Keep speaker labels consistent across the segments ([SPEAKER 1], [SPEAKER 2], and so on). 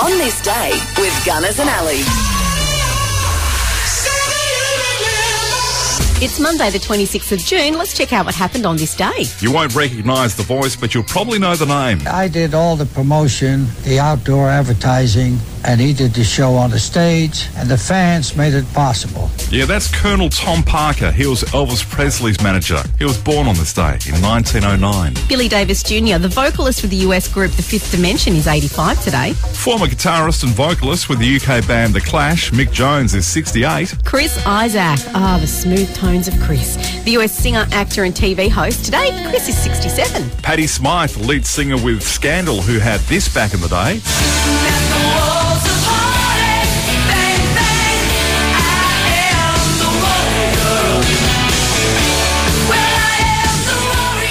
[SPEAKER 1] on this day with Gunners and Alley.
[SPEAKER 2] It's Monday, the 26th of June. Let's check out what happened on this day.
[SPEAKER 3] You won't recognise the voice, but you'll probably know the name.
[SPEAKER 4] I did all the promotion, the outdoor advertising, and he did the show on the stage, and the fans made it possible.
[SPEAKER 3] Yeah, that's Colonel Tom Parker. He was Elvis Presley's manager. He was born on this day in 1909.
[SPEAKER 2] Billy Davis Jr., the vocalist with the US group The Fifth Dimension, is 85 today.
[SPEAKER 3] Former guitarist and vocalist with the UK band The Clash, Mick Jones, is 68.
[SPEAKER 2] Chris Isaac. Ah, the smooth tones of Chris. The US singer, actor, and TV host. Today, Chris is 67.
[SPEAKER 3] Patti Smythe, lead singer with Scandal, who had this back in the day.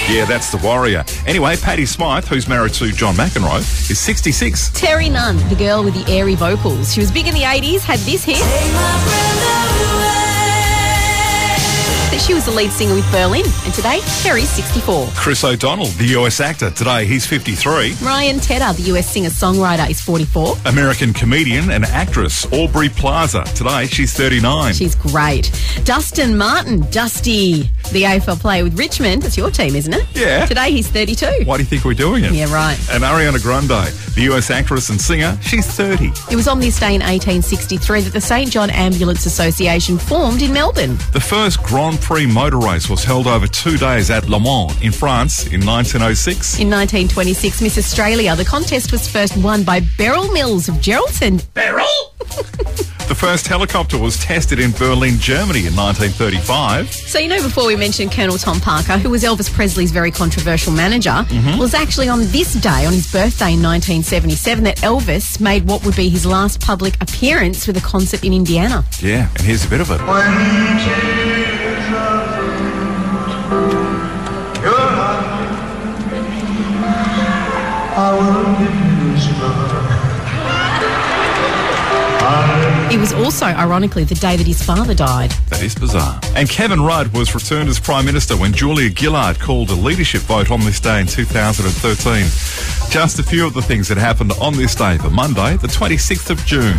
[SPEAKER 3] Yeah, that's the warrior. Anyway, Patti Smythe, who's married to John McEnroe, is 66.
[SPEAKER 2] Terry Nunn, the girl with the airy vocals. She was big in the 80s, had this hit. That she was the lead singer with Berlin, and today, Terry's 64.
[SPEAKER 3] Chris O'Donnell, the US actor, today he's 53.
[SPEAKER 2] Ryan Tedder, the US singer songwriter, is 44.
[SPEAKER 3] American comedian and actress Aubrey Plaza, today she's 39.
[SPEAKER 2] She's great. Dustin Martin, Dusty, the AFL player with Richmond. That's your team, isn't it?
[SPEAKER 3] Yeah.
[SPEAKER 2] Today he's 32.
[SPEAKER 3] Why do you think we're doing it?
[SPEAKER 2] Yeah, right.
[SPEAKER 3] And Ariana Grande, the US actress and singer, she's 30.
[SPEAKER 2] It was on this day in 1863 that the St John Ambulance Association formed in Melbourne.
[SPEAKER 3] The first Grand Prix motor race was held over two days at Le Mans in France in 1906.
[SPEAKER 2] In 1926, Miss Australia, the contest was first won by Beryl Mills of Geraldton.
[SPEAKER 3] The first helicopter was tested in Berlin, Germany in 1935.
[SPEAKER 2] So, you know, before we mentioned Colonel Tom Parker, who was Elvis Presley's very controversial manager, was actually on this day, on his birthday in 1977, that Elvis made what would be his last public appearance with a concert in Indiana.
[SPEAKER 3] Yeah, and here's a bit of it.
[SPEAKER 2] It was also, ironically, the day that his father died.
[SPEAKER 3] That is bizarre. And Kevin Rudd was returned as Prime Minister when Julia Gillard called a leadership vote on this day in 2013. Just a few of the things that happened on this day for Monday, the 26th of June.